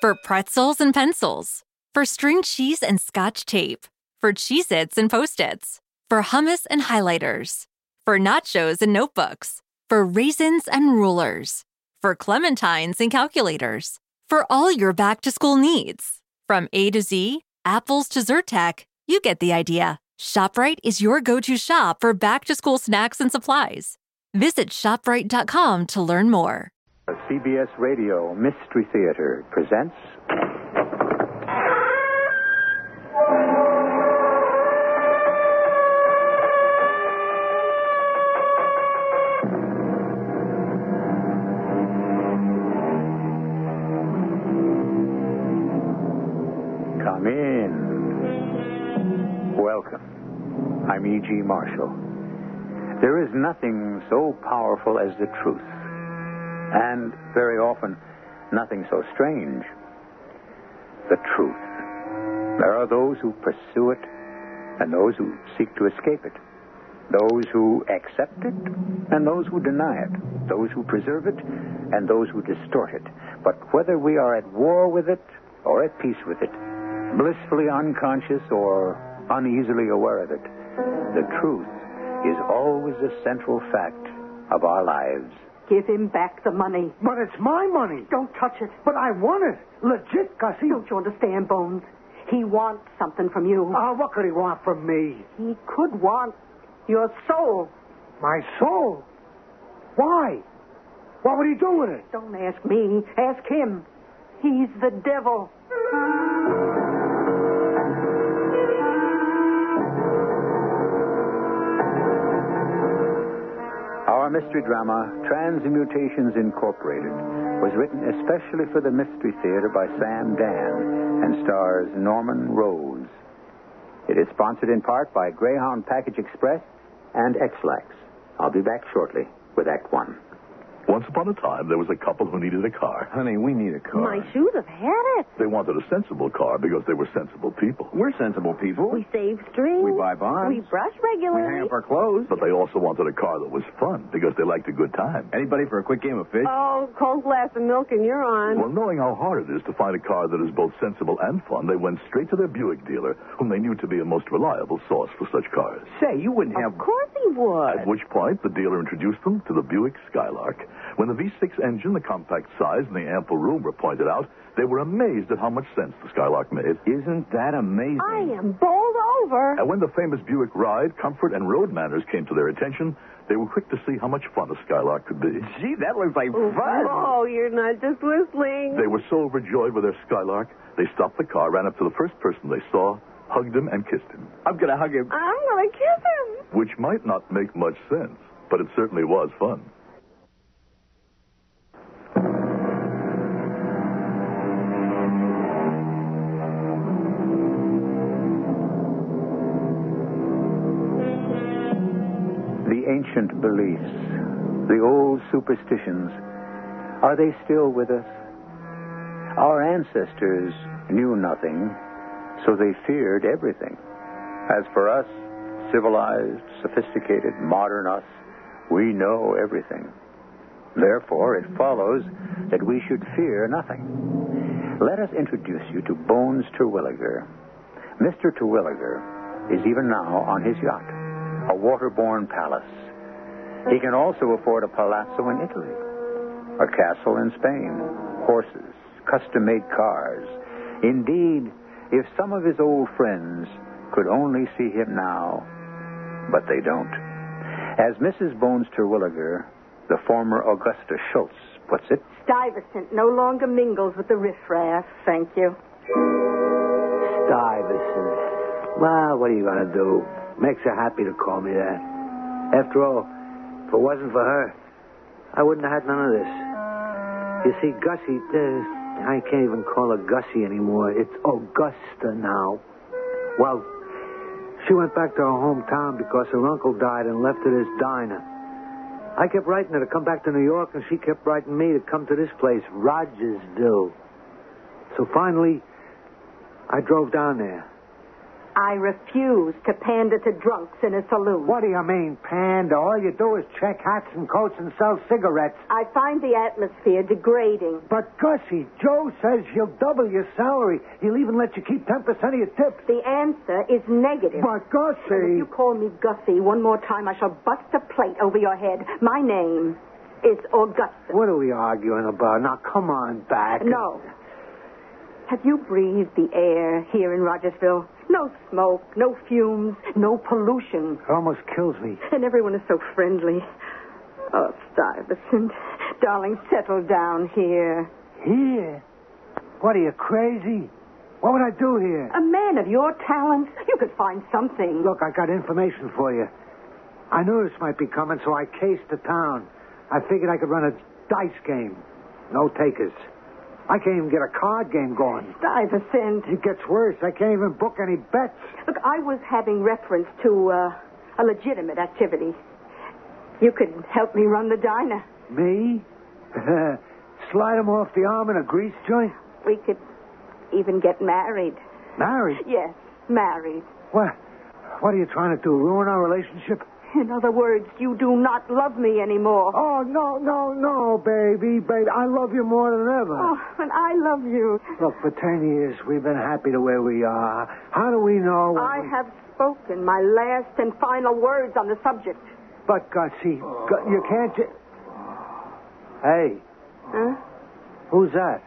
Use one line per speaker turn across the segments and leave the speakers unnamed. for pretzels and pencils, for string cheese and scotch tape, for Cheez Its and Post its, for hummus and highlighters, for nachos and notebooks, for raisins and rulers, for clementines and calculators, for all your back to school needs. From A to Z, apples to Zyrtec, you get the idea. ShopRite is your go to shop for back to school snacks and supplies. Visit ShopRite.com to learn more.
CBS Radio Mystery Theater presents. Come in. Welcome. I'm E.G. Marshall. There is nothing so powerful as the truth, and very often, nothing so strange. The truth. There are those who pursue it, and those who seek to escape it. Those who accept it, and those who deny it. Those who preserve it, and those who distort it. But whether we are at war with it or at peace with it, blissfully unconscious or uneasily aware of it, the truth is always a central fact of our lives.
Give him back the money.
But it's my money.
Don't touch it.
But I want it. Legit, Gussie.
Don't you understand, Bones? He wants something from you.
Ah, what could he want from me?
He could want your soul.
My soul? Why? What would he do with it?
Don't ask me. Ask him. He's the devil.
Our mystery drama, Transmutations Incorporated, was written especially for the Mystery Theater by Sam Dan and stars Norman Rose. It is sponsored in part by Greyhound Package Express and Xlax. I'll be back shortly with Act One.
Once upon a time, there was a couple who needed a car.
Honey, we need a car.
My shoes have had it.
They wanted a sensible car because they were sensible people.
We're sensible people.
We save strings.
We buy bonds.
We brush
We
regularly.
hang up our clothes.
But they also wanted a car that was fun because they liked a good time.
Anybody for a quick game of fish?
Oh, cold glass of milk and you're on.
Well, knowing how hard it is to find a car that is both sensible and fun, they went straight to their Buick dealer, whom they knew to be a most reliable source for such cars.
Say, you wouldn't have.
Of course he
At
would.
which point, the dealer introduced them to the Buick Skylark. When the V6 engine, the compact size, and the ample room were pointed out, they were amazed at how much sense the Skylark made.
Isn't that amazing?
I am bowled over.
And when the famous Buick ride, comfort, and road manners came to their attention, they were quick to see how much fun a Skylark could be.
Gee, that looks like fun.
Oh, you're not just whistling.
They were so overjoyed with their Skylark, they stopped the car, ran up to the first person they saw, hugged him, and kissed him.
I'm going to hug him.
I'm going to kiss him.
Which might not make much sense, but it certainly was fun.
The ancient beliefs, the old superstitions, are they still with us? Our ancestors knew nothing, so they feared everything. As for us, civilized, sophisticated, modern us, we know everything. Therefore, it follows that we should fear nothing. Let us introduce you to Bones Terwilliger. Mr. Terwilliger is even now on his yacht, a waterborne palace. He can also afford a palazzo in Italy, a castle in Spain, horses, custom made cars. Indeed, if some of his old friends could only see him now, but they don't. As Mrs. Bones Terwilliger, the former Augusta Schultz, puts it,
Stuyvesant no longer mingles with the riffraff. Thank you.
Stuyvesant. Well, what are you going to do? Makes her happy to call me that. After all, if it wasn't for her, I wouldn't have had none of this. You see, Gussie, uh, I can't even call her Gussie anymore. It's Augusta now. Well, she went back to her hometown because her uncle died and left her this diner. I kept writing her to come back to New York, and she kept writing me to come to this place, Rogersville. So finally, I drove down there.
I refuse to pander to drunks in a saloon.
What do you mean, panda? All you do is check hats and coats and sell cigarettes.
I find the atmosphere degrading.
But, Gussie, Joe says he'll double your salary. He'll even let you keep 10% of your tips.
The answer is negative.
But,
If
Gussie...
you call me Gussie one more time, I shall bust a plate over your head. My name is Augusta.
What are we arguing about? Now, come on back.
No. Have you breathed the air here in Rogersville? No smoke, no fumes, no pollution.
It almost kills me.
And everyone is so friendly. Oh, Stuyvesant, darling, settle down here.
Here? What are you, crazy? What would I do here?
A man of your talents, you could find something.
Look, I got information for you. I knew this might be coming, so I cased the town. I figured I could run a dice game. No takers. I can't even get a card game going.
Stuyvesant.
It gets worse. I can't even book any bets.
Look, I was having reference to uh, a legitimate activity. You could help me run the diner.
Me? Slide him off the arm in a grease joint?
We could even get married.
Married?
Yes, married.
What? What are you trying to do? Ruin our relationship?
In other words, you do not love me anymore.
Oh, no, no, no, baby, baby. I love you more than ever.
Oh, and I love you.
Look, for ten years, we've been happy the way we are. How do we know? when
I
we-
have spoken my last and final words on the subject.
But, Gutsy, Gu- you can't. Ju- hey,
Huh?
who's that?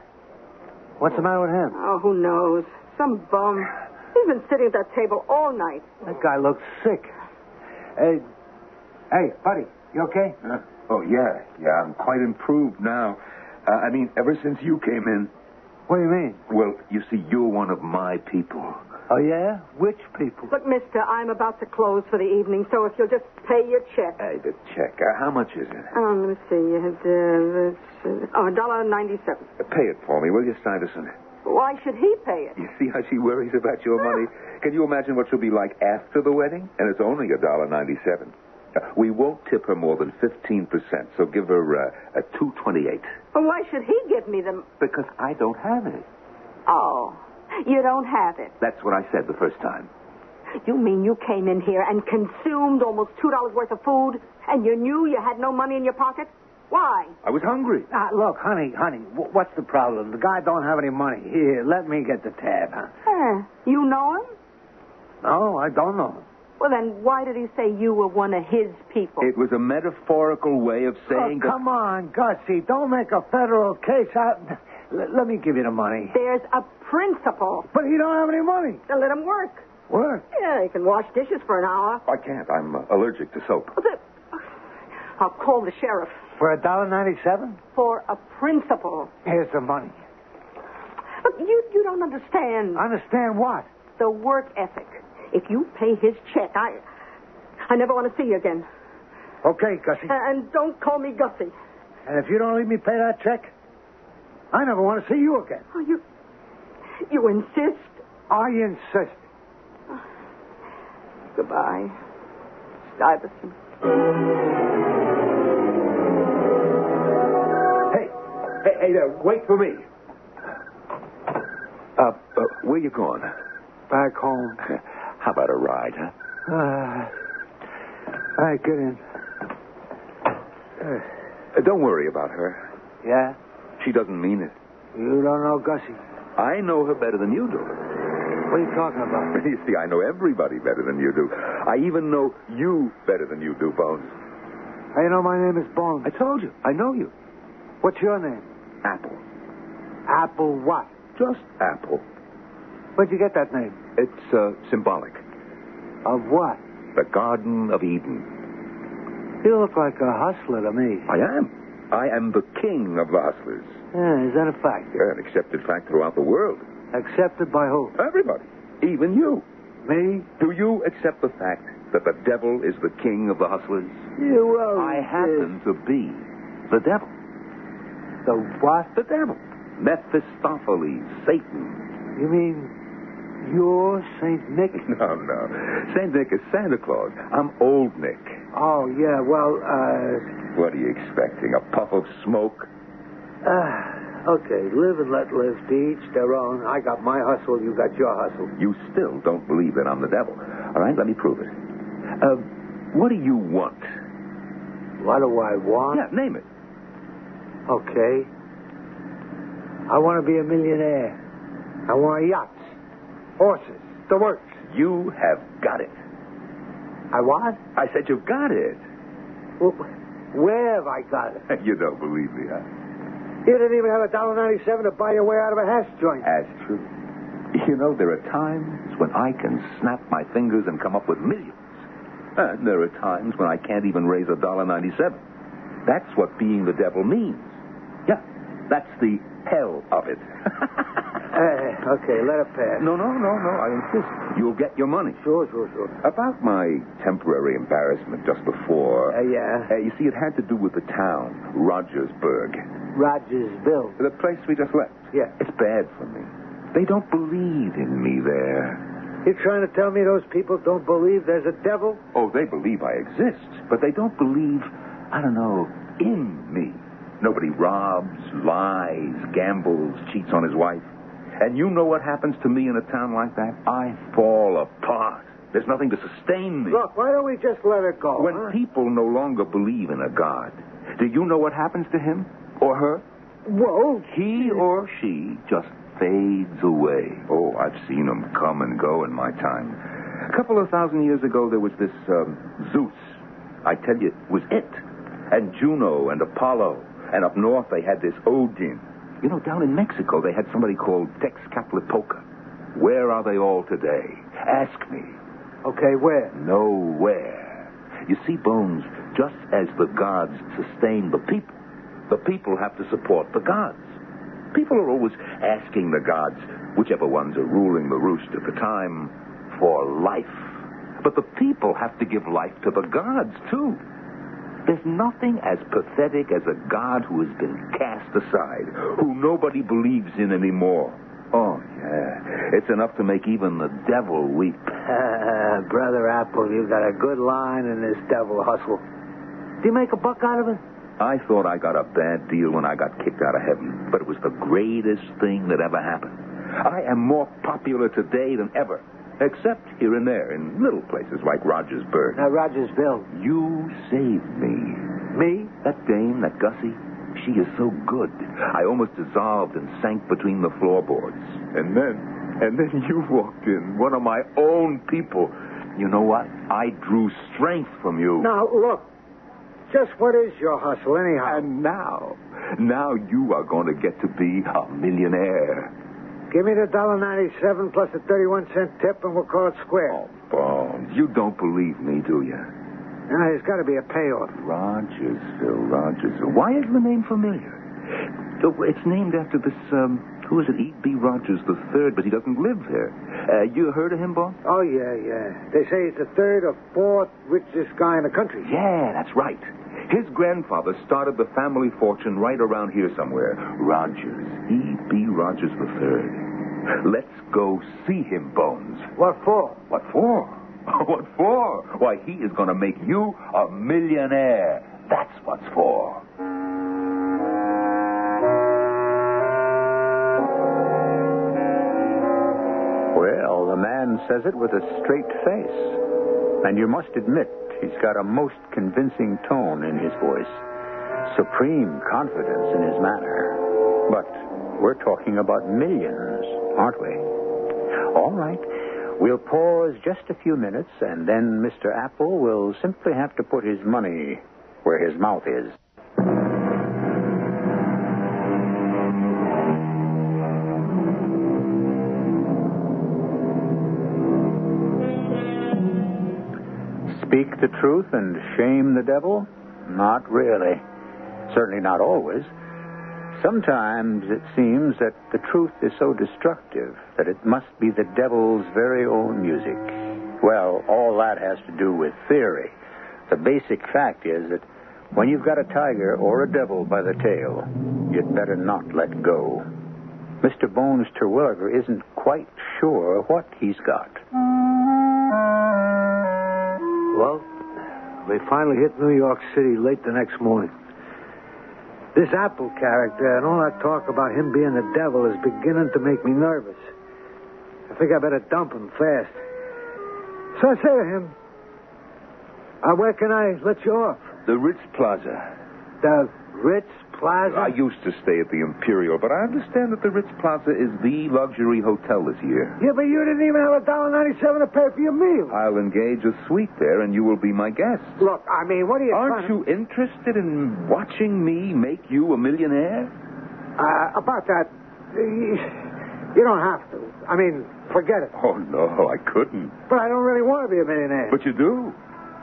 What's the matter with him?
Oh, who knows? Some bum. He's been sitting at that table all night.
That guy looks sick. Hey, hey, buddy, you okay?
Huh? Oh, yeah, yeah, I'm quite improved now. Uh, I mean, ever since you came in.
What do you mean?
Well, you see, you're one of my people.
Oh, yeah? Which people?
Look, mister, I'm about to close for the evening, so if you'll just pay your check.
Hey, the check. Uh, how much is it?
Um, let me see. You had, uh, oh, dollar ninety-seven.
Uh, pay it for me, will you, Stuyvesant?
Why should he pay it?
You see how she worries about your money? Can you imagine what she'll be like after the wedding? And it's only a dollar ninety-seven. Uh, we won't tip her more than fifteen percent, so give her uh, a two twenty-eight.
Well, why should he give me them?
Because I don't have it.
Oh, you don't have it.
That's what I said the first time.
You mean you came in here and consumed almost two dollars worth of food, and you knew you had no money in your pocket? Why?
I was hungry.
Ah, look, honey, honey, w- what's the problem? The guy don't have any money. Here, let me get the tab, huh?
Eh, you know him?
No, I don't know.
Well, then why did he say you were one of his people?
It was a metaphorical way of saying
Look, Oh, come on, Gussie, don't make a federal case. I, l- let me give you the money.
There's a principle.
But he don't have any money.
Now let him work.
What?
Yeah, he can wash dishes for an hour.
I can't. I'm uh, allergic to soap.
Well, the- I'll call the sheriff
For a dollar ninety-seven?
for a principle.
Here's the money.
Look, you, you don't understand
Understand what?
the work ethic. If you pay his check, I I never want to see you again.
Okay, Gussie.
And don't call me Gussie.
And if you don't leave me pay that check, I never want to see you again.
Oh, you you insist?
I insist.
Goodbye, Stuyvesant.
Hey, hey, hey there, wait for me. Uh, uh, where you going?
Back home.
How about a ride, huh?
Uh, all right, get in.
Uh, don't worry about her.
Yeah?
She doesn't mean it.
You don't know Gussie.
I know her better than you do.
What are you talking about?
You see, I know everybody better than you do. I even know you better than you do, Bones.
How you know my name is Bones?
I told you, I know you.
What's your name?
Apple.
Apple what?
Just Apple.
Where'd you get that name?
It's uh, symbolic.
Of what?
The Garden of Eden.
You look like a hustler to me.
I am. I am the king of the hustlers.
Yeah, is that a fact?
You're an accepted fact throughout the world.
Accepted by who?
Everybody, even you.
Me?
Do you accept the fact that the devil is the king of the hustlers?
You well,
I happen to be the devil.
The what?
The devil. Mephistopheles, Satan.
You mean you're Saint Nick?
No, no. Saint Nick is Santa Claus. I'm old Nick.
Oh yeah. Well, uh,
What are you expecting? A puff of smoke?
uh Okay, live and let live. To each their own. I got my hustle, you got your hustle.
You still don't believe that I'm the devil. All right, let me prove it. Uh, what do you want?
What do I want?
Yeah, name it.
Okay. I want to be a millionaire. I want yachts, horses, the works.
You have got it.
I what?
I said you've got it.
Well, where have I got it?
you don't believe me, huh?
You didn't even have a dollar ninety-seven to buy your way out of a hash joint.
That's true. You know, there are times when I can snap my fingers and come up with millions. And there are times when I can't even raise a dollar ninety-seven. That's what being the devil means. Yeah, that's the hell of it. Uh,
Eh, okay, let it pass.
no, no, no, no. I insist. You'll get your money.
Sure, sure, sure.
About my temporary embarrassment just before.
Uh, yeah,
Uh, you see, it had to do with the town, Rogersburg.
Rogersville.
The place we just left.
Yeah.
It's bad for me. They don't believe in me there.
You're trying to tell me those people don't believe there's a devil?
Oh, they believe I exist, but they don't believe, I don't know, in me. Nobody robs, lies, gambles, cheats on his wife. And you know what happens to me in a town like that? I fall apart. There's nothing to sustain me.
Look, why don't we just let it go?
when
huh?
people no longer believe in a God, do you know what happens to him or her?
Whoa.
He or she just fades away. Oh, I've seen them come and go in my time. A couple of thousand years ago, there was this um, Zeus. I tell you, it was it. And Juno and Apollo. And up north, they had this Odin. You know, down in Mexico, they had somebody called Texcatlipoca. Where are they all today? Ask me.
Okay, where?
Nowhere. You see, Bones, just as the gods sustain the people, the people have to support the gods. People are always asking the gods, whichever ones are ruling the roost at the time, for life. But the people have to give life to the gods, too. There's nothing as pathetic as a god who has been cast aside, who nobody believes in anymore. Oh, yeah. It's enough to make even the devil weep.
Brother Apple, you got a good line in this devil hustle. Do you make a buck out of it?
I thought I got a bad deal when I got kicked out of heaven, but it was the greatest thing that ever happened. I am more popular today than ever, except here and there in little places like Rogersburg.
Now, Rogersville.
You saved me.
Me?
That dame, that Gussie, she is so good. I almost dissolved and sank between the floorboards. And then, and then you walked in, one of my own people. You know what? I drew strength from you.
Now, look. Just what is your hustle, anyhow?
And now, now you are going to get to be a millionaire.
Give me the dollar ninety-seven plus the thirty-one cent tip, and we'll call it square.
Bones, you don't believe me, do you?
Now, there's got to be a payoff.
Rogersville, Rogersville. Why is the name familiar? Oh, It's named after this, um, who is it? E.B. Rogers the third, but he doesn't live there. Uh, you heard of him, Bob?
Oh yeah, yeah. They say he's the third or fourth richest guy in the country.
Yeah, that's right. His grandfather started the family fortune right around here somewhere. Rogers, E.B. Rogers the third. Let's go see him, Bones.
What for?
What for? What for? Why, he is going to make you a millionaire. That's what's for.
Well, the man says it with a straight face. And you must admit, he's got a most convincing tone in his voice, supreme confidence in his manner. But we're talking about millions, aren't we? All right. We'll pause just a few minutes, and then Mr. Apple will simply have to put his money where his mouth is. Speak the truth and shame the devil? Not really. Certainly not always. Sometimes it seems that the truth is so destructive that it must be the devil's very own music. Well, all that has to do with theory. The basic fact is that when you've got a tiger or a devil by the tail, you'd better not let go. Mr. Bones Terwilliger isn't quite sure what he's got.
Well, we finally hit New York City late the next morning. This Apple character and all that talk about him being the devil is beginning to make me nervous. I think I better dump him fast. So I say to him, uh, where can I let you off?
The Ritz Plaza.
The Ritz Plaza?
I used to stay at the Imperial, but I understand that the Ritz Plaza is the luxury hotel this year.
Yeah, but you didn't even have a dollar ninety-seven to pay for your meal.
I'll engage a suite there, and you will be my guest.
Look, I mean, what are you?
Aren't you interested in watching me make you a millionaire?
Uh, about that, uh, you don't have to. I mean, forget it.
Oh, no, I couldn't.
But I don't really want to be a millionaire.
But you do.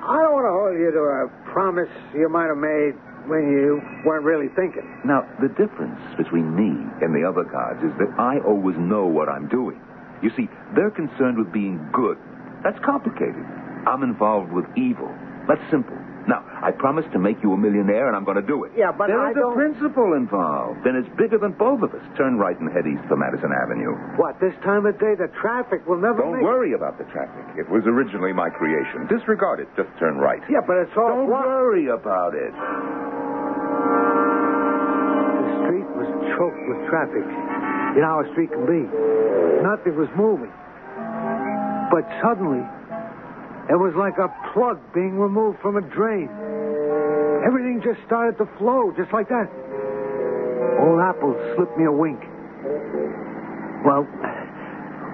I don't want to hold you to a promise you might have made when you weren't really thinking.
Now, the difference between me and the other gods is that I always know what I'm doing. You see, they're concerned with being good. That's complicated. I'm involved with evil. That's simple. Now, I promised to make you a millionaire, and I'm going to do it.
Yeah, but
there
I
is
don't-
a principle involved, and it's bigger than both of us. Turn right and head east for Madison Avenue.
What, this time of day, the traffic will never
Don't
make...
worry about the traffic. It was originally my creation. Disregard it. Just turn right.
Yeah, but it's all
Don't
blocked.
worry about it. Uh,
The street was choked with traffic. You know how a street can be. Nothing was moving. But suddenly, it was like a plug being removed from a drain. Everything just started to flow, just like that. Old Apple slipped me a wink. Well,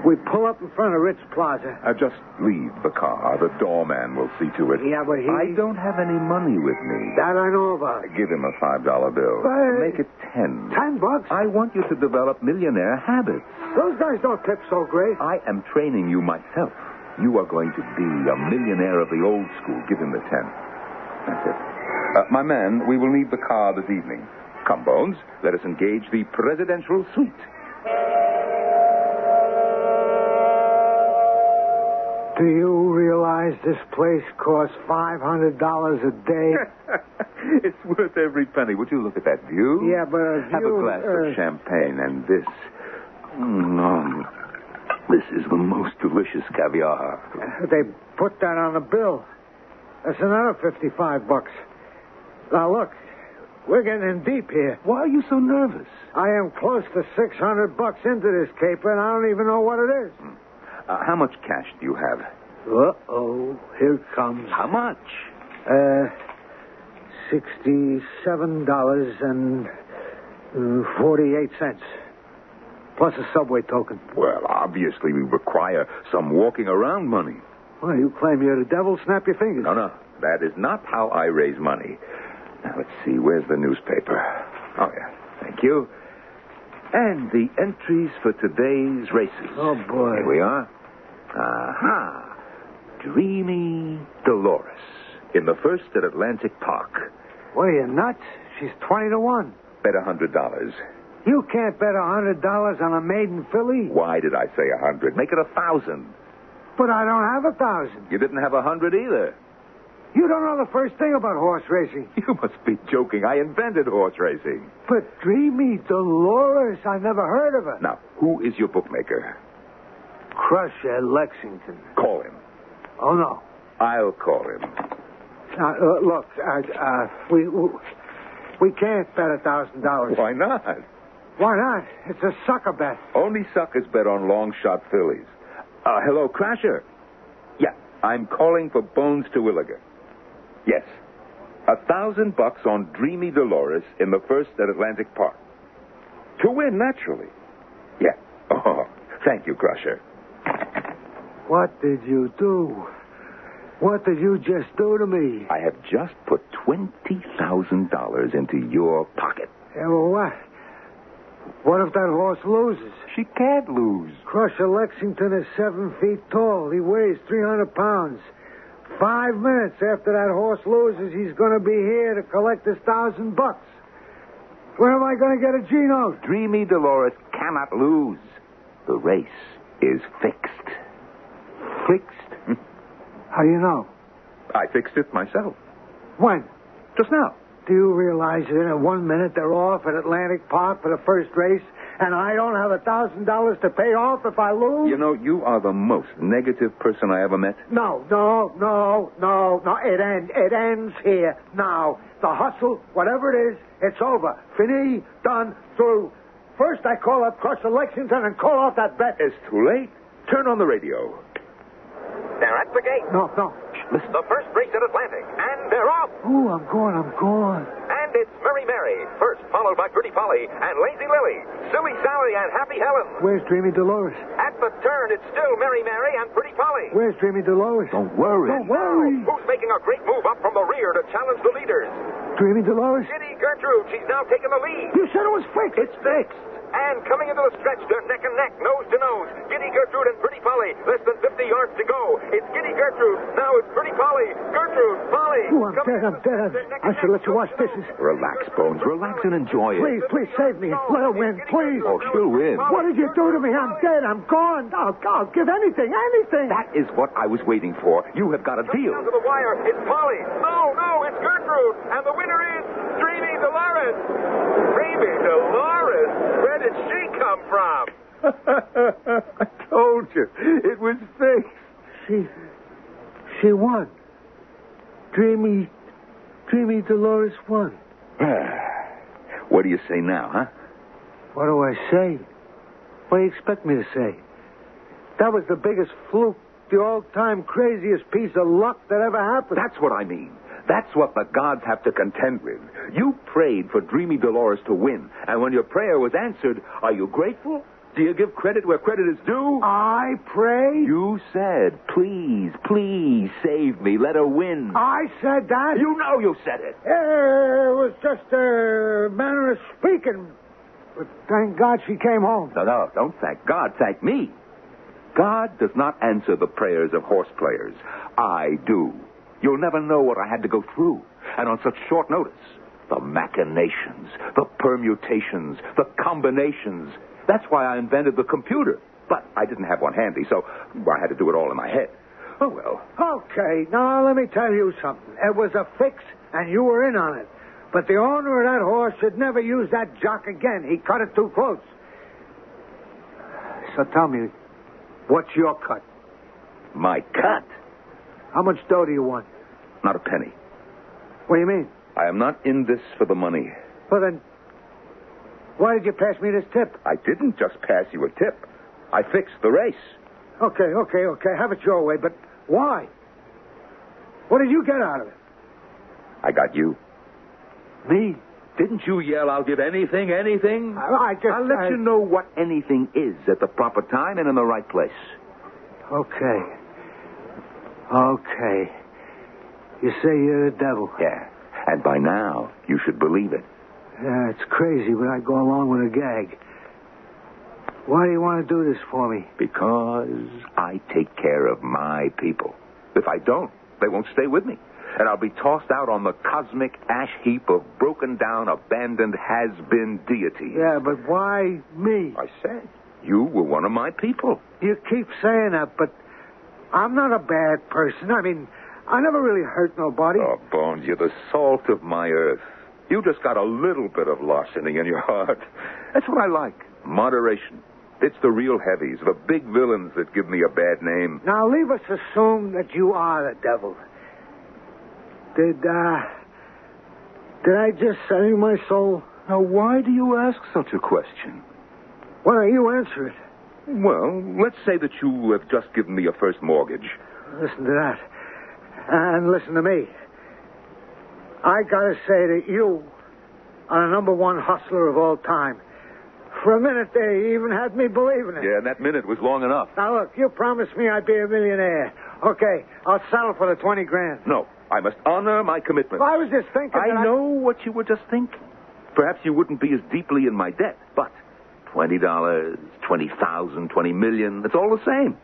we pull up in front of Ritz Plaza.
Uh, just leave the car. The doorman will see to it.
Yeah, but he.
I don't have any money with me.
That I know about.
Give him a five dollar bill.
But-
Make it ten.
Ten bucks?
I want you to develop millionaire habits.
Those guys don't tip so great.
I am training you myself. You are going to be a millionaire of the old school. Give him the ten. That's it. Uh, my man, we will need the car this evening. Come, Bones. Let us engage the presidential suite.
Do you realize this place costs $500 a day?
it's worth every penny. Would you look at that view?
yeah, but a
Have
view-
a glass
uh,
of champagne and this. Mm, this is the most delicious caviar.
They put that on the bill. That's another 55 bucks. Now, look, we're getting in deep here.
Why are you so nervous?
I am close to 600 bucks into this caper, and I don't even know what it is.
Uh, how much cash do you have?
Uh-oh, here it comes.
How much?
Uh, $67.48. Plus a subway token.
Well, obviously, we require some walking around money.
Well, you claim you're the devil, snap your fingers.
No, no. That is not how I raise money. Now, let's see. Where's the newspaper? Oh, yeah. Thank you. And the entries for today's races.
Oh, boy.
Here we are. Aha. Dreamy Dolores in the first at Atlantic Park.
What are you, nuts? She's 20 to 1.
Bet a hundred dollars.
You can't bet a hundred dollars on a maiden filly.
Why did I say a hundred? Make it a thousand.
But I don't have a thousand.
You didn't have a hundred either.
You don't know the first thing about horse racing.
You must be joking. I invented horse racing.
But dreamy Dolores, I never heard of her.
Now, who is your bookmaker?
Crush at Lexington.
Call him.
Oh no.
I'll call him.
Now, uh, look, uh, uh, we we can't bet a thousand dollars.
Why not?
Why not? It's a sucker bet.
Only suckers bet on long shot fillies. Uh, hello, Crasher. Yeah, I'm calling for Bones to Williger. Yes, a thousand bucks on Dreamy Dolores in the first at Atlantic Park. To win, naturally. Yeah. Oh, thank you, Crusher.
What did you do? What did you just do to me?
I have just put twenty thousand dollars into your pocket.
Yeah, well, what? What if that horse loses?
She can't lose.
Crusher Lexington is seven feet tall. He weighs 300 pounds. Five minutes after that horse loses, he's going to be here to collect his thousand bucks. Where am I going to get a G-note?
Dreamy Dolores cannot lose. The race is fixed.
Fixed? How do you know?
I fixed it myself.
When?
Just now.
Do you realize that in one minute they're off at Atlantic Park for the first race, and I don't have a thousand dollars to pay off if I lose?
You know, you are the most negative person I ever met.
No, no, no, no, no. It ends. It ends here now. The hustle, whatever it is, it's over. Fini, done, through. First, I call up Cross Elections and then call off that bet.
It's too late. Turn on the radio.
They're at the gate.
No, no.
The first race at Atlantic, and they're off.
Ooh, Oh, I'm going. I'm going.
And it's Murray Mary, first, followed by Pretty Polly and Lazy Lily, Suey Sally and Happy Helen.
Where's Dreamy Dolores?
At the turn, it's still Mary Mary and Pretty Polly.
Where's Dreamy Dolores?
Don't worry.
Don't worry.
Who's making a great move up from the rear to challenge the leaders?
Dreamy Dolores?
Kitty Gertrude, she's now taking the lead.
You said it was fixed.
It's fixed. And coming into the stretch, they're neck and neck, nose to nose. Giddy Gertrude and Pretty Polly, less than 50 yards to go. It's Giddy Gertrude, now it's Pretty Polly. Gertrude, Polly.
Ooh, Oh, I'm
coming
dead. I'm
into the
dead.
stretch, they're neck
I
and
should let
neck,
you
nose
watch
to
this.
nose.
Relax, Bones. Relax and enjoy it.
Please, please save me. Let her win, please.
Oh, she'll win.
What did you do to me? I'm dead. I'm gone. I'll, I'll give anything, anything.
That is what I was waiting for. You have got a
Coming
deal.
down to the wire, it's Polly. No, no, it's Gertrude. And the winner is Dreamy Dolores. Dreamy Dolores? Where did she come from?
I told you. It was fixed.
She, she won. Dreamy, dreamy Dolores won.
What do you say now, huh?
What do I say? What do you expect me to say? That was the biggest fluke, the all-time craziest piece of luck that ever happened.
That's what I mean. That's what the gods have to contend with. You prayed for Dreamy Dolores to win, and when your prayer was answered, are you grateful? Do you give credit where credit is due?
I pray.
You said, please, please save me. Let her win.
I said that.
You know you said it.
Yeah, It was just a manner of speaking. But thank God she came home.
No, no, don't thank God. Thank me. God does not answer the prayers of horse players. I do. You'll never know what I had to go through. And on such short notice, the machinations, the permutations, the combinations. That's why I invented the computer. But I didn't have one handy, so I had to do it all in my head. Oh, well.
Okay, now let me tell you something. It was a fix, and you were in on it. But the owner of that horse should never use that jock again. He cut it too close. So tell me, what's your cut?
My cut.
How much dough do you want?
Not a penny.
What do you mean?
I am not in this for the money.
Well, then, why did you pass me this tip?
I didn't just pass you a tip. I fixed the race.
Okay, okay, okay. Have it your way, but why? What did you get out of it?
I got you.
Me?
Didn't you yell, I'll give anything, anything?
I, I just.
I'll let
I-
you know what anything is at the proper time and in the right place.
Okay. Okay. You say you're the devil.
Yeah. And by now, you should believe it.
Yeah, it's crazy, but I go along with a gag. Why do you want to do this for me?
Because I take care of my people. If I don't, they won't stay with me. And I'll be tossed out on the cosmic ash heap of broken down, abandoned, has been deities.
Yeah, but why me?
I said, you were one of my people.
You keep saying that, but I'm not a bad person. I mean, I never really hurt nobody.
Oh, Bones, you're the salt of my earth. You just got a little bit of larceny in your heart. That's what I like. Moderation. It's the real heavies, the big villains that give me a bad name.
Now, leave us assume that you are the devil. Did, uh. Did I just sell you my soul?
Now, why do you ask such a question?
Why don't you answer it?
Well, let's say that you have just given me a first mortgage.
Listen to that. And listen to me. I gotta say that you are the number one hustler of all time. For a minute there, you even had me believing it.
Yeah, and that minute was long enough.
Now look, you promised me I'd be a millionaire. Okay, I'll settle for the 20 grand.
No, I must honor my commitment.
I was just thinking that
I know what you were just thinking. Perhaps you wouldn't be as deeply in my debt, but $20, 20000 $20 million, it's all the same.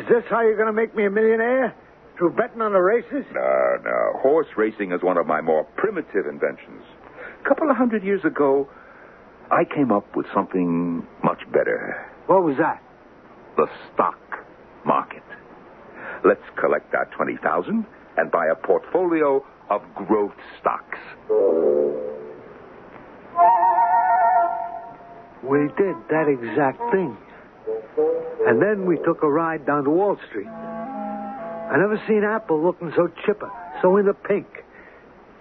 Is this how you're gonna make me a millionaire? Through betting on the races?
No, no. Uh, Horse racing is one of my more primitive inventions. A couple of hundred years ago, I came up with something much better
What was that?
the stock market. Let's collect our 20000 and buy a portfolio of growth stocks.
We did that exact thing. And then we took a ride down to Wall Street. I never seen Apple looking so chipper, so in the pink.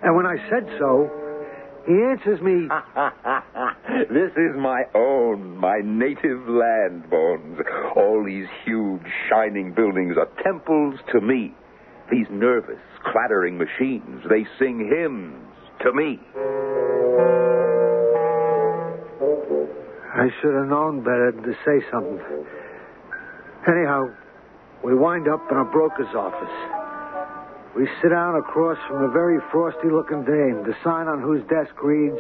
And when I said so, he answers me.
this is my own, my native land, Bones. All these huge, shining buildings are temples to me. These nervous, clattering machines, they sing hymns to me.
I should have known better than to say something. Anyhow, we wind up in a broker's office. We sit down across from a very frosty looking dame, the sign on whose desk reads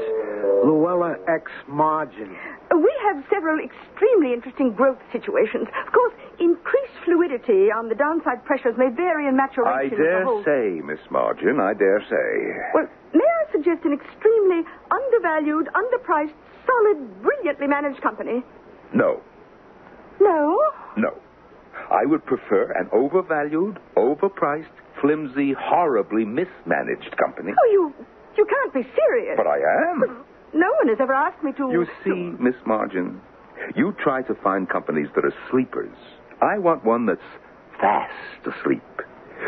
Luella X Margin.
We have several extremely interesting growth situations. Of course, increased fluidity on the downside pressures may vary in
I
maturation. of the
dare
whole-
say, Miss Margin, I dare say.
Well, may I suggest an extremely undervalued, underpriced, solid, brilliantly managed company?
No,
No?
no. I would prefer an overvalued, overpriced, flimsy, horribly mismanaged company.
Oh, you you can't be serious.
But I am.
No one has ever asked me to.
You see, Miss Margin, you try to find companies that are sleepers. I want one that's fast asleep.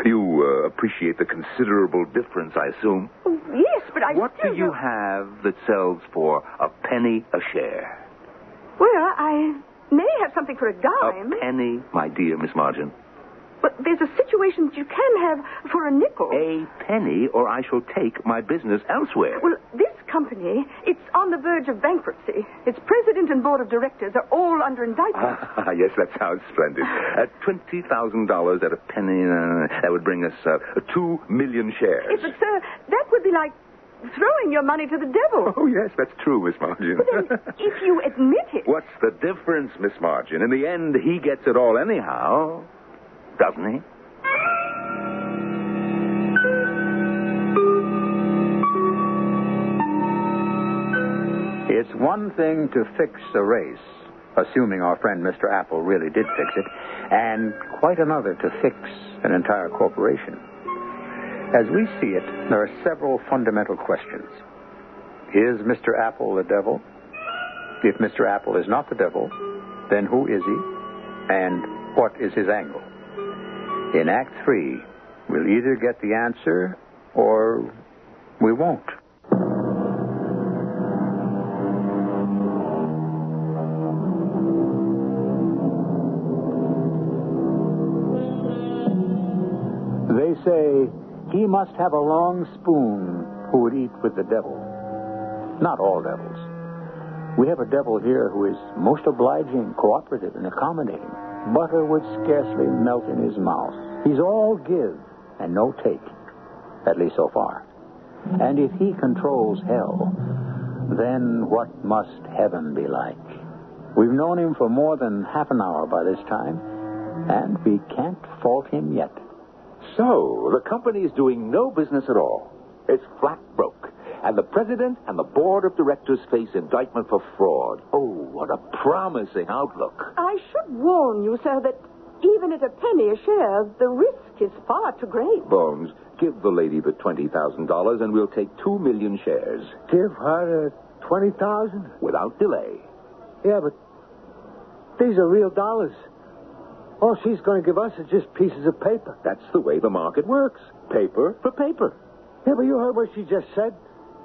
You uh, appreciate the considerable difference, I assume.
Oh, yes, but I
what
still
do you
don't-
have that sells for a penny a share?
Well, I may have something for a dime,
Penny, my dear Miss Margin.
but there's a situation that you can have for a nickel.
A penny, or I shall take my business elsewhere.
Well, this company, it's on the verge of bankruptcy. Its president and board of directors are all under indictment.
Ah, yes, that sounds splendid. At twenty thousand dollars at a penny, uh, that would bring us uh, two million shares.
Yes, but, sir, that would be like throwing your money to the devil.
Oh yes, that's true, Miss Margin.
if you admit it.
What's the difference, Miss Margin? In the end, he gets it all anyhow, doesn't he?
It's one thing to fix a race, assuming our friend Mr. Apple really did fix it, and quite another to fix an entire corporation. As we see it, there are several fundamental questions. Is Mr. Apple the devil? If Mr. Apple is not the devil, then who is he? And what is his angle? In Act 3, we'll either get the answer or we won't. They say he must have a long spoon who would eat with the devil. Not all devils. We have a devil here who is most obliging, cooperative, and accommodating. Butter would scarcely melt in his mouth. He's all give and no take, at least so far. And if he controls hell, then what must heaven be like? We've known him for more than half an hour by this time, and we can't fault him yet.
So, the company is doing no business at all. It's flat broke. And the president and the board of directors face indictment for fraud. Oh, what a promising outlook.
I should warn you, sir, that even at a penny a share, the risk is far too great.
Bones, give the lady the $20,000 and we'll take 2 million shares
Give her uh, 20000
without delay.
Yeah, but these are real dollars. All she's going to give us is just pieces of paper.
That's the way the market works paper for paper.
Yeah, but you heard what she just said.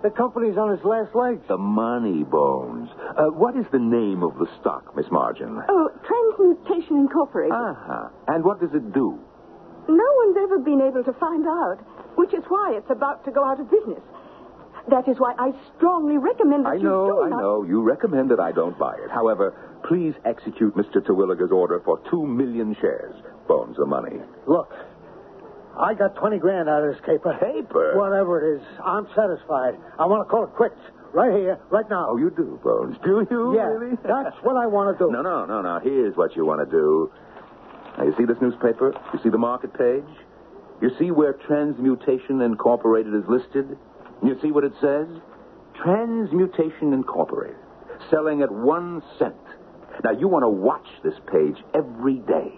The company's on its last legs.
The money, Bones. Uh, what is the name of the stock, Miss Margin?
Oh, Transmutation
uh,
Incorporated.
Uh-huh. And what does it do?
No one's ever been able to find out, which is why it's about to go out of business. That is why I strongly recommend that
I
you do
know, I
not.
know. You recommend it. I don't buy it. However, please execute Mr. Terwilliger's order for two million shares. Bones the money.
Look, I got 20 grand out of this paper.
Paper?
Whatever it is, I'm satisfied. I want to call it quits. Right here, right now.
Oh, you do, Bones. Do you?
yeah,
Oh, Really?
that's what I want to do.
No, no, no, no. Here's what you want to do. Now, you see this newspaper? You see the market page? You see where Transmutation Incorporated is listed? You see what it says? Transmutation Incorporated, selling at one cent. Now, you want to watch this page every day.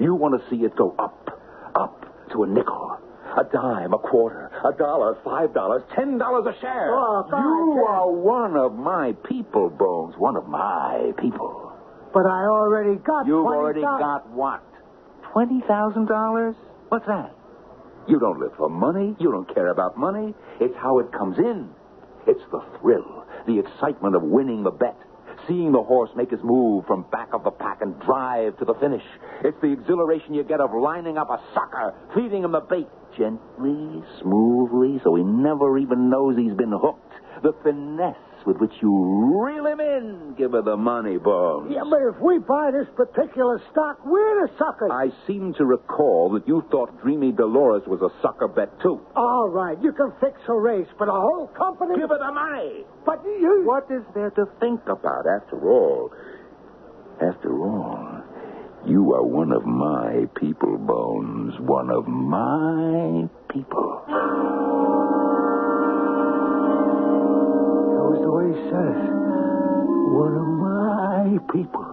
You want to see it go up, up to a nickel,
A dime, a quarter, a dollar, five dollars, ten dollars a share.
Oh, you are one of my people, Bones. One of my people.
But I already got.
You've
$20.
already got what?
twenty thousand dollars. What's that?
You don't live for money. You don't care about money. It's how it comes in. It's the thrill, the excitement of winning the bet, seeing the horse make his move from back of the pack and drive to the finish. It's the exhilaration you get of lining up a sucker, feeding him the bait gently, smoothly, so he never even knows he's been hooked. The finesse with which you reel him in. Give her the money, Bones.
Yeah, but if we buy this particular stock, we're the suckers.
I seem to recall that you thought Dreamy Dolores was a sucker bet, too.
All right, you can fix a race, but a whole company.
Give her the money.
But you.
What is there to think about after all? After all, you are one of my people, Bones. One of my people.
That was the way he said it. One of my people.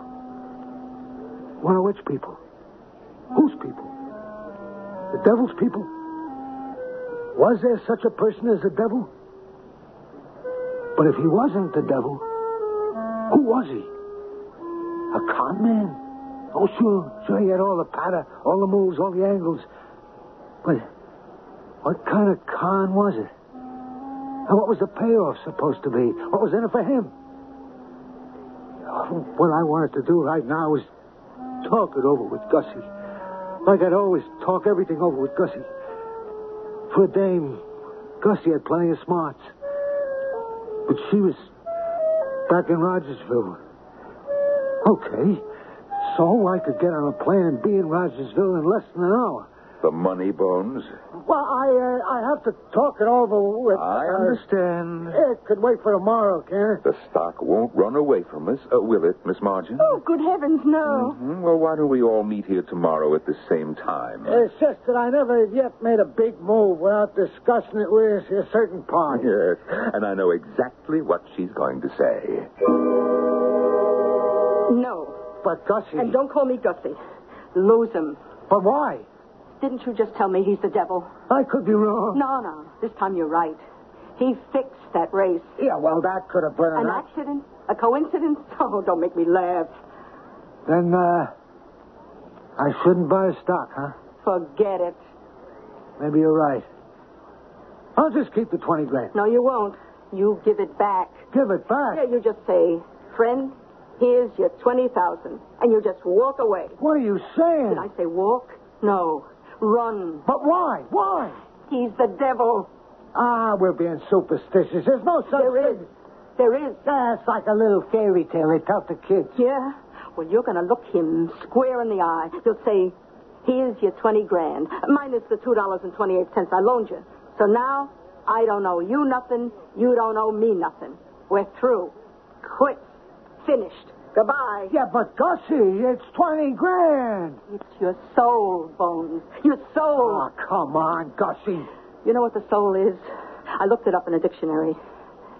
One of which people? Whose people? The devil's people? Was there such a person as the devil? But if he wasn't the devil, who was he? A con man? Oh, sure, sure, he had all the patter, all the moves, all the angles. But what kind of con was it? And what was the payoff supposed to be? What was in it for him? Oh, What I wanted to do right now was talk it over with Gussie. Like I'd always talk everything over with Gussie. For a dame, Gussie had plenty of smarts. But she was back in Rogersville. Okay. So I could get on a plane and be in Rogersville in less than an hour.
The money, Bones?
Well, I uh, I have to talk it over with.
I
uh,
understand.
Eh,
It could wait for tomorrow, can it?
The stock won't run away from us, uh, will it, Miss Margin?
Oh, good heavens, no.
Mhm. Well, why don't we all meet here tomorrow at the same time?
Uh,
It's just that I never have yet made a big move without discussing it with a certain party.
Yes, and I know exactly what she's going to say.
No.
But Gussie.
And don't call me Gussie. Lose him.
But why?
Didn't you just tell me he's the devil?
I could be wrong.
No, no. This time you're right. He fixed that race.
Yeah, well, that could have been
An
an,
accident? A coincidence? Oh, don't make me laugh.
Then, uh, I shouldn't buy a stock, huh?
Forget it.
Maybe you're right. I'll just keep the 20 grand.
No, you won't. You give it back.
Give it back.
Yeah, you just say, friend, here's your 20000 And you just walk away.
What are you saying?
Did I say walk? No. Run.
But why? Why?
He's the devil.
Ah, we're being superstitious. There's no such
There is.
thing.
There is.
That's like a little fairy tale they tell the kids.
Yeah? Well, you're going to look him square in the eye. You'll say, here's your 20 grand, minus the $2.28 I loaned you. So now, I don't owe you nothing. You don't owe me nothing. We're through. Quit. Finished. Goodbye.
Yeah, but Gussie, it's 20 grand.
It's your soul, Bones. Your soul.
Oh, come on, Gussie.
You know what the soul is? I looked it up in a dictionary.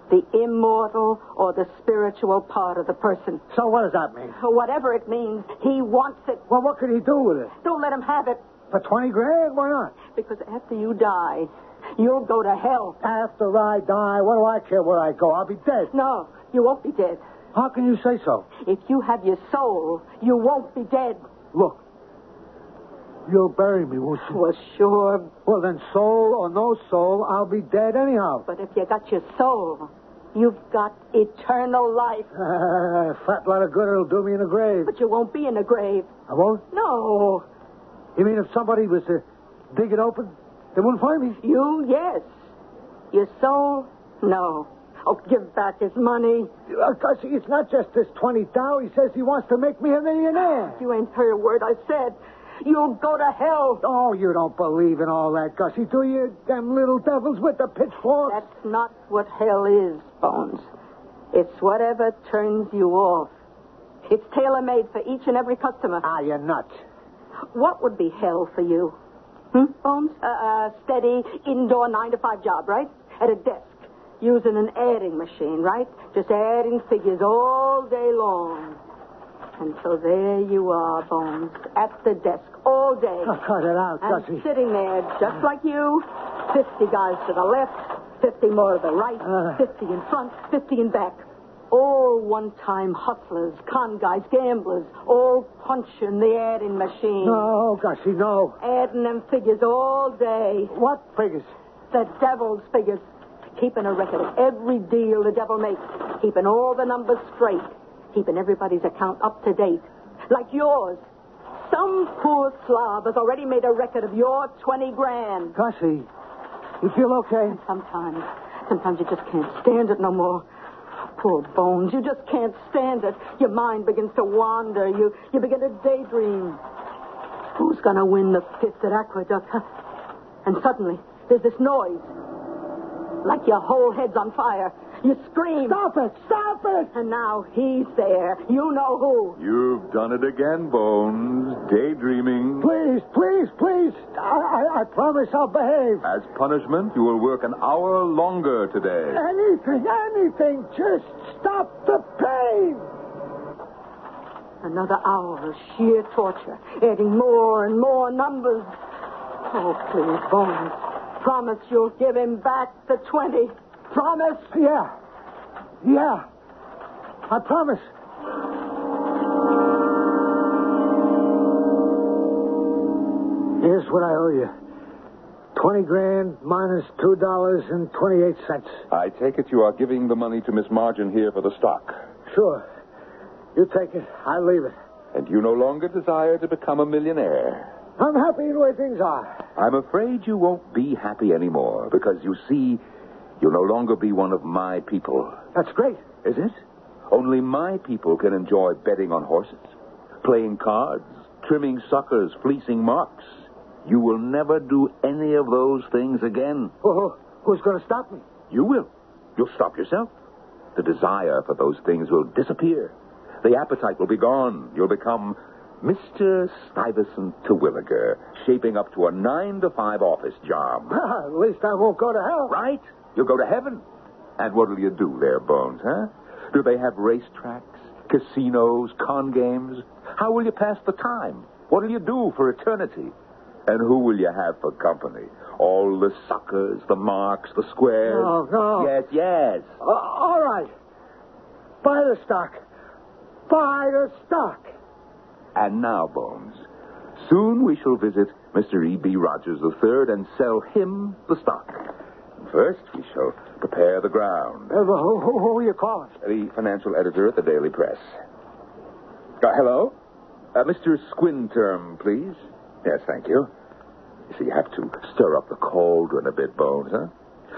The immortal or the spiritual part of the person.
So what does that mean?
Whatever it means, he wants it.
Well, what could he do with it?
Don't let him have it.
For 20 grand? Why not?
Because after you die, you'll go to hell.
After I die, what do I care where I go? I'll be dead.
No, you won't be dead.
How can you say so?
If you have your soul, you won't be dead.
Look, you'll bury me, won't you?
Well, sure,
Well, then, soul or no soul, I'll be dead anyhow.
but if you got your soul, you've got eternal life.
Uh, fat lot of good it'll do me in the grave.
But you won't be in a grave.
I won't?
No,
You mean if somebody was to dig it open, they wouldn't find me?
you, yes. Your soul, no. Oh, give back his money.
Uh, Gussie, it's not just this 20 thou. He says he wants to make me a millionaire.
You ain't heard a word I said. You'll go to hell.
Oh, you don't believe in all that, Gussie, do you? Them little devils with the pitchforks.
That's not what hell is, Bones. It's whatever turns you off. It's tailor made for each and every customer.
Ah, you're nuts.
What would be hell for you? Hmm, Bones? A uh, steady indoor nine to five job, right? At a desk. Using an adding machine, right? Just adding figures all day long. And so there you are, Bones, at the desk all day.
Oh, cut it out,
and
Gussie.
sitting there, just like you, 50 guys to the left, 50 more to the right, 50 in front, 50 in back. All one-time hustlers, con guys, gamblers, all punching the adding machine.
No, Gussie, no.
Adding them figures all day.
What figures?
The devil's figures. Keeping a record of every deal the devil makes. Keeping all the numbers straight. Keeping everybody's account up to date. Like yours. Some poor slob has already made a record of your 20 grand.
Gussie, you feel okay?
Sometimes. Sometimes you just can't stand it no more. Poor bones, you just can't stand it. Your mind begins to wander. You you begin to daydream. Who's gonna win the fifth at Aqueduct? Huh? And suddenly there's this noise. Like your whole head's on fire. You scream.
Stop it! Stop it!
And now he's there. You know who.
You've done it again, Bones. Daydreaming.
Please, please, please. I, I, I promise I'll behave.
As punishment, you will work an hour longer today.
Anything, anything. Just stop the pain.
Another hour of sheer torture, adding more and more numbers. Oh, please, Bones. Promise you'll give him back the 20. Promise.
Yeah. Yeah. I promise. Here's what I owe you. Twenty grand minus two dollars and twenty-eight cents.
I take it you are giving the money to Miss Margin here for the stock.
Sure. You take it. I leave it.
And you no longer desire to become a millionaire.
I'm happy in the way things are.
I'm afraid you won't be happy anymore because you see, you'll no longer be one of my people.
That's great.
Is it? Only my people can enjoy betting on horses, playing cards, trimming suckers, fleecing marks. You will never do any of those things again.
Oh, who's going to stop me?
You will. You'll stop yourself. The desire for those things will disappear. The appetite will be gone. You'll become Mr. Stuyvesant Terwilliger, shaping up to a nine to five office job.
At least I won't go to hell.
Right? You'll go to heaven. And what'll you do there, Bones, huh? Do they have racetracks, casinos, con games? How will you pass the time? What'll you do for eternity? And who will you have for company? All the suckers, the marks, the squares.
No, Oh, no.
Yes, yes.
A- Uh, all right. Buy the stock. Buy the stock.
And now, Bones, soon we shall visit Mr. E.B. Rogers III and sell him the stock. First, we shall prepare the ground.
Uh, who, who, who are you calling?
The financial editor at the Daily Press. Uh, hello? Uh, Mr. Squinterm, please. Yes, thank you. You see, you have to stir up the cauldron a bit, Bones, huh?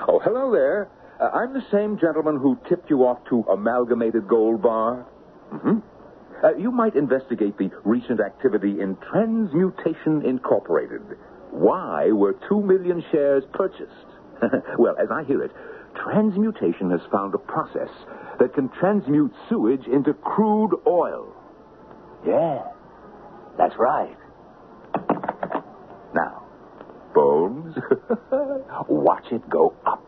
Oh, hello there. Uh, I'm the same gentleman who tipped you off to Amalgamated Gold Bar. hmm uh, you might investigate the recent activity in Transmutation Incorporated. Why were two million shares purchased? well, as I hear it, Transmutation has found a process that can transmute sewage into crude oil. Yeah, that's right. Now, Bones, watch it go up.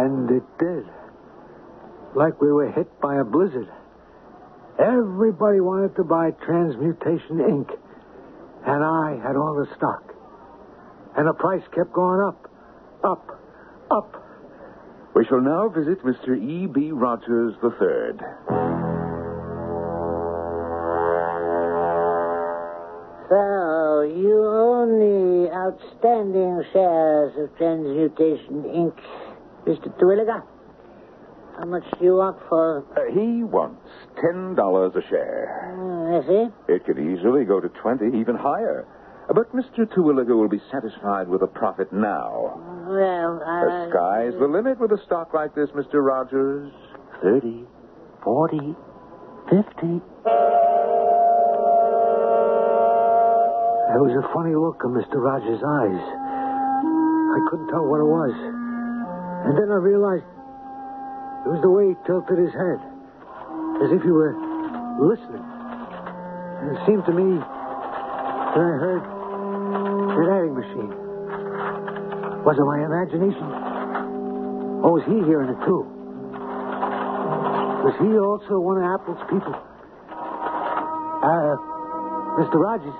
And it did. Like we were hit by a blizzard. Everybody wanted to buy Transmutation Inc., and I had all the stock. And the price kept going up, up, up.
We shall now visit Mr. E.B. Rogers III.
So, you own the outstanding shares of Transmutation Inc., Mr. Terwilliger? How much do you want for.
Uh, he wants $10 a share.
Uh, I see.
It could easily go to 20, even higher. But Mr. Terwilliger will be satisfied with a profit now.
Well,
The
I.
sky's the limit with a stock like this, Mr. Rogers. 30, 40, 50.
There was a funny look in Mr. Rogers' eyes. I couldn't tell what it was. And then I realized it was the way he tilted his head, as if he were listening. And it seemed to me that I heard that adding machine. Was it my imagination? Or was he hearing it too? Was he also one of Apple's people? Uh, Mr. Rogers,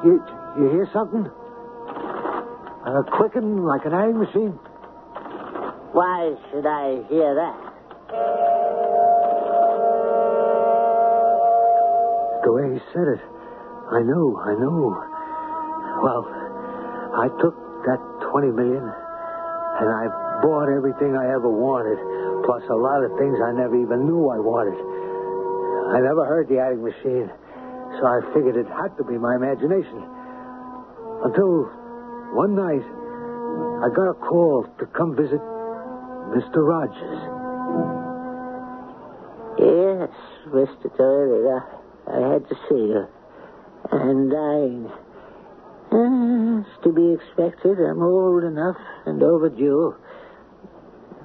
you, you hear something? Uh, clicking like an iron machine?
Why should I hear that?
The way he said it. I know, I know. Well, I took that 20 million and I bought everything I ever wanted, plus a lot of things I never even knew I wanted. I never heard the adding machine, so I figured it had to be my imagination. Until one night, I got a call to come visit Mr. Rogers.
Yes, Mr. Toilet, I, I had to see you. I'm dying. As to be expected, I'm old enough and overdue.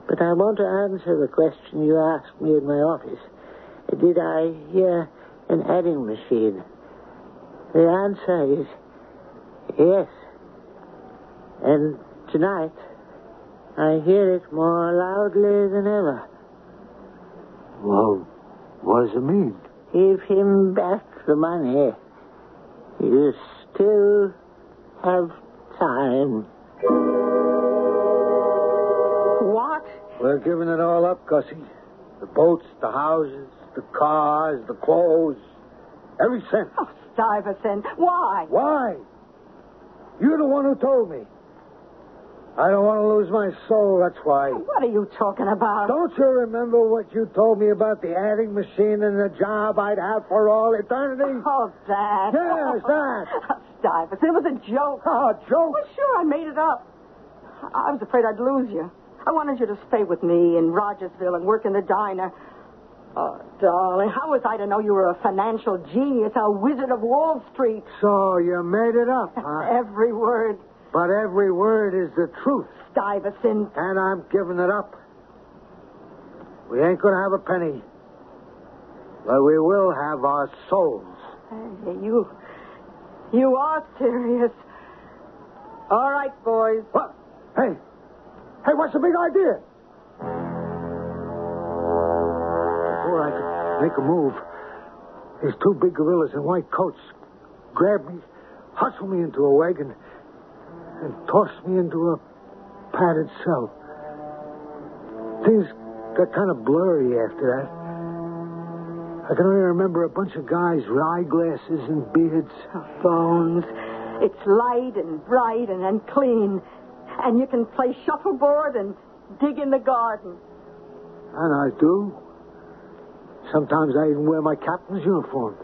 But I want to answer the question you asked me in my office. Did I hear an adding machine? The answer is yes. And tonight, I hear it more loudly than ever.
Well, what does it mean?
Give him back the money. You still have time.
What?
We're giving it all up,
Uh,
Gussie. The boats, the houses, the cars, the clothes. Every cent.
Oh, Stuyvesant, why?
Why? You're the one who told me. I don't want to lose my soul, that's why.
What are you talking about?
Don't you remember what you told me about the adding machine and the job I'd have for all eternity?
Oh, that.
Yes, that.
Oh, Stuyvesant, it was a joke.
Oh, a joke?
Well, sure, I made it up. I I was afraid I'd lose you. I wanted you to stay with me in Rogersville and work in the diner. Oh, darling, how was I to know you were a financial genius, a wizard of Wall Street?
So you made it up, huh?
Ah, Every word.
but every word is the truth,
Stuyvesant.
and I'm giving it up. We ain't going to have a penny, but we will have our souls.
Hey, you, you are serious. All right, boys.
What? Hey, hey, what's the big idea? Before I could make a move, these two big gorillas in white coats grabbed me, hustled me into a wagon, and tossed me into a padded cell. Things got kind of blurry after that. I can only remember a bunch of guys with eyeglasses and beards.
Bones. It's light and bright and, and clean. And you can play shuffleboard and dig in the garden.
And I do. Sometimes I even wear my captain's uniform.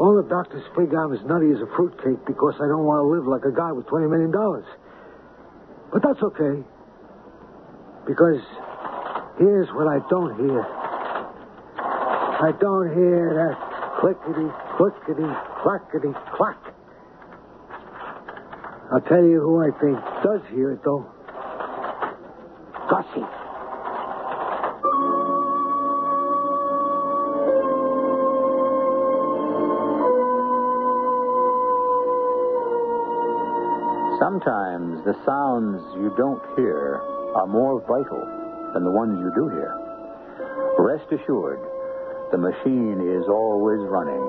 All the doctors figure I'm as nutty as a fruitcake because I don't want to live like a guy with $20 million. But that's okay. Because here's what I don't hear I don't hear that clickety, clickety, clackety, clack. I'll tell you who I think does hear it, though. Gussie.
Sometimes the sounds you don't hear are more vital than the ones you do hear. Rest assured, the machine is always running,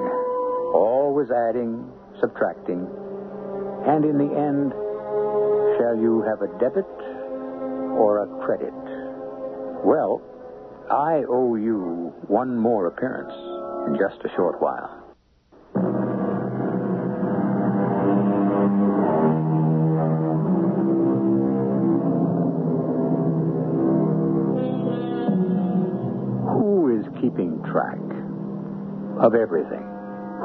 always adding, subtracting, and in the end, shall you have a debit or a credit? Well, I owe you one more appearance in just a short while. Who is keeping track of everything?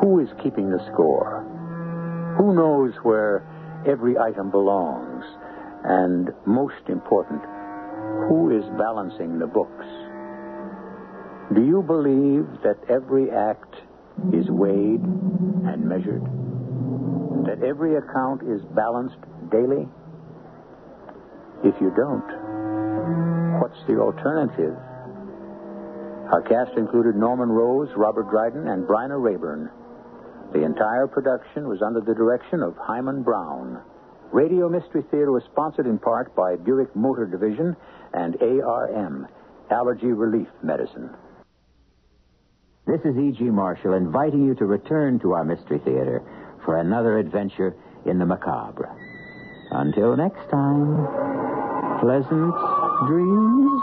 Who is keeping the score? Who knows where every item belongs? And most important, who is balancing the books? Do you believe that every act is weighed and measured? That every account is balanced daily? If you don't, what's the alternative? Our cast included Norman Rose, Robert Dryden, and Bryna Rayburn. The entire production was under the direction of Hyman Brown. Radio Mystery Theater was sponsored in part by Buick Motor Division and ARM,
allergy relief medicine.
This is E.G. Marshall inviting you to return to our Mystery Theater for another adventure in the macabre. Until next time, pleasant dreams.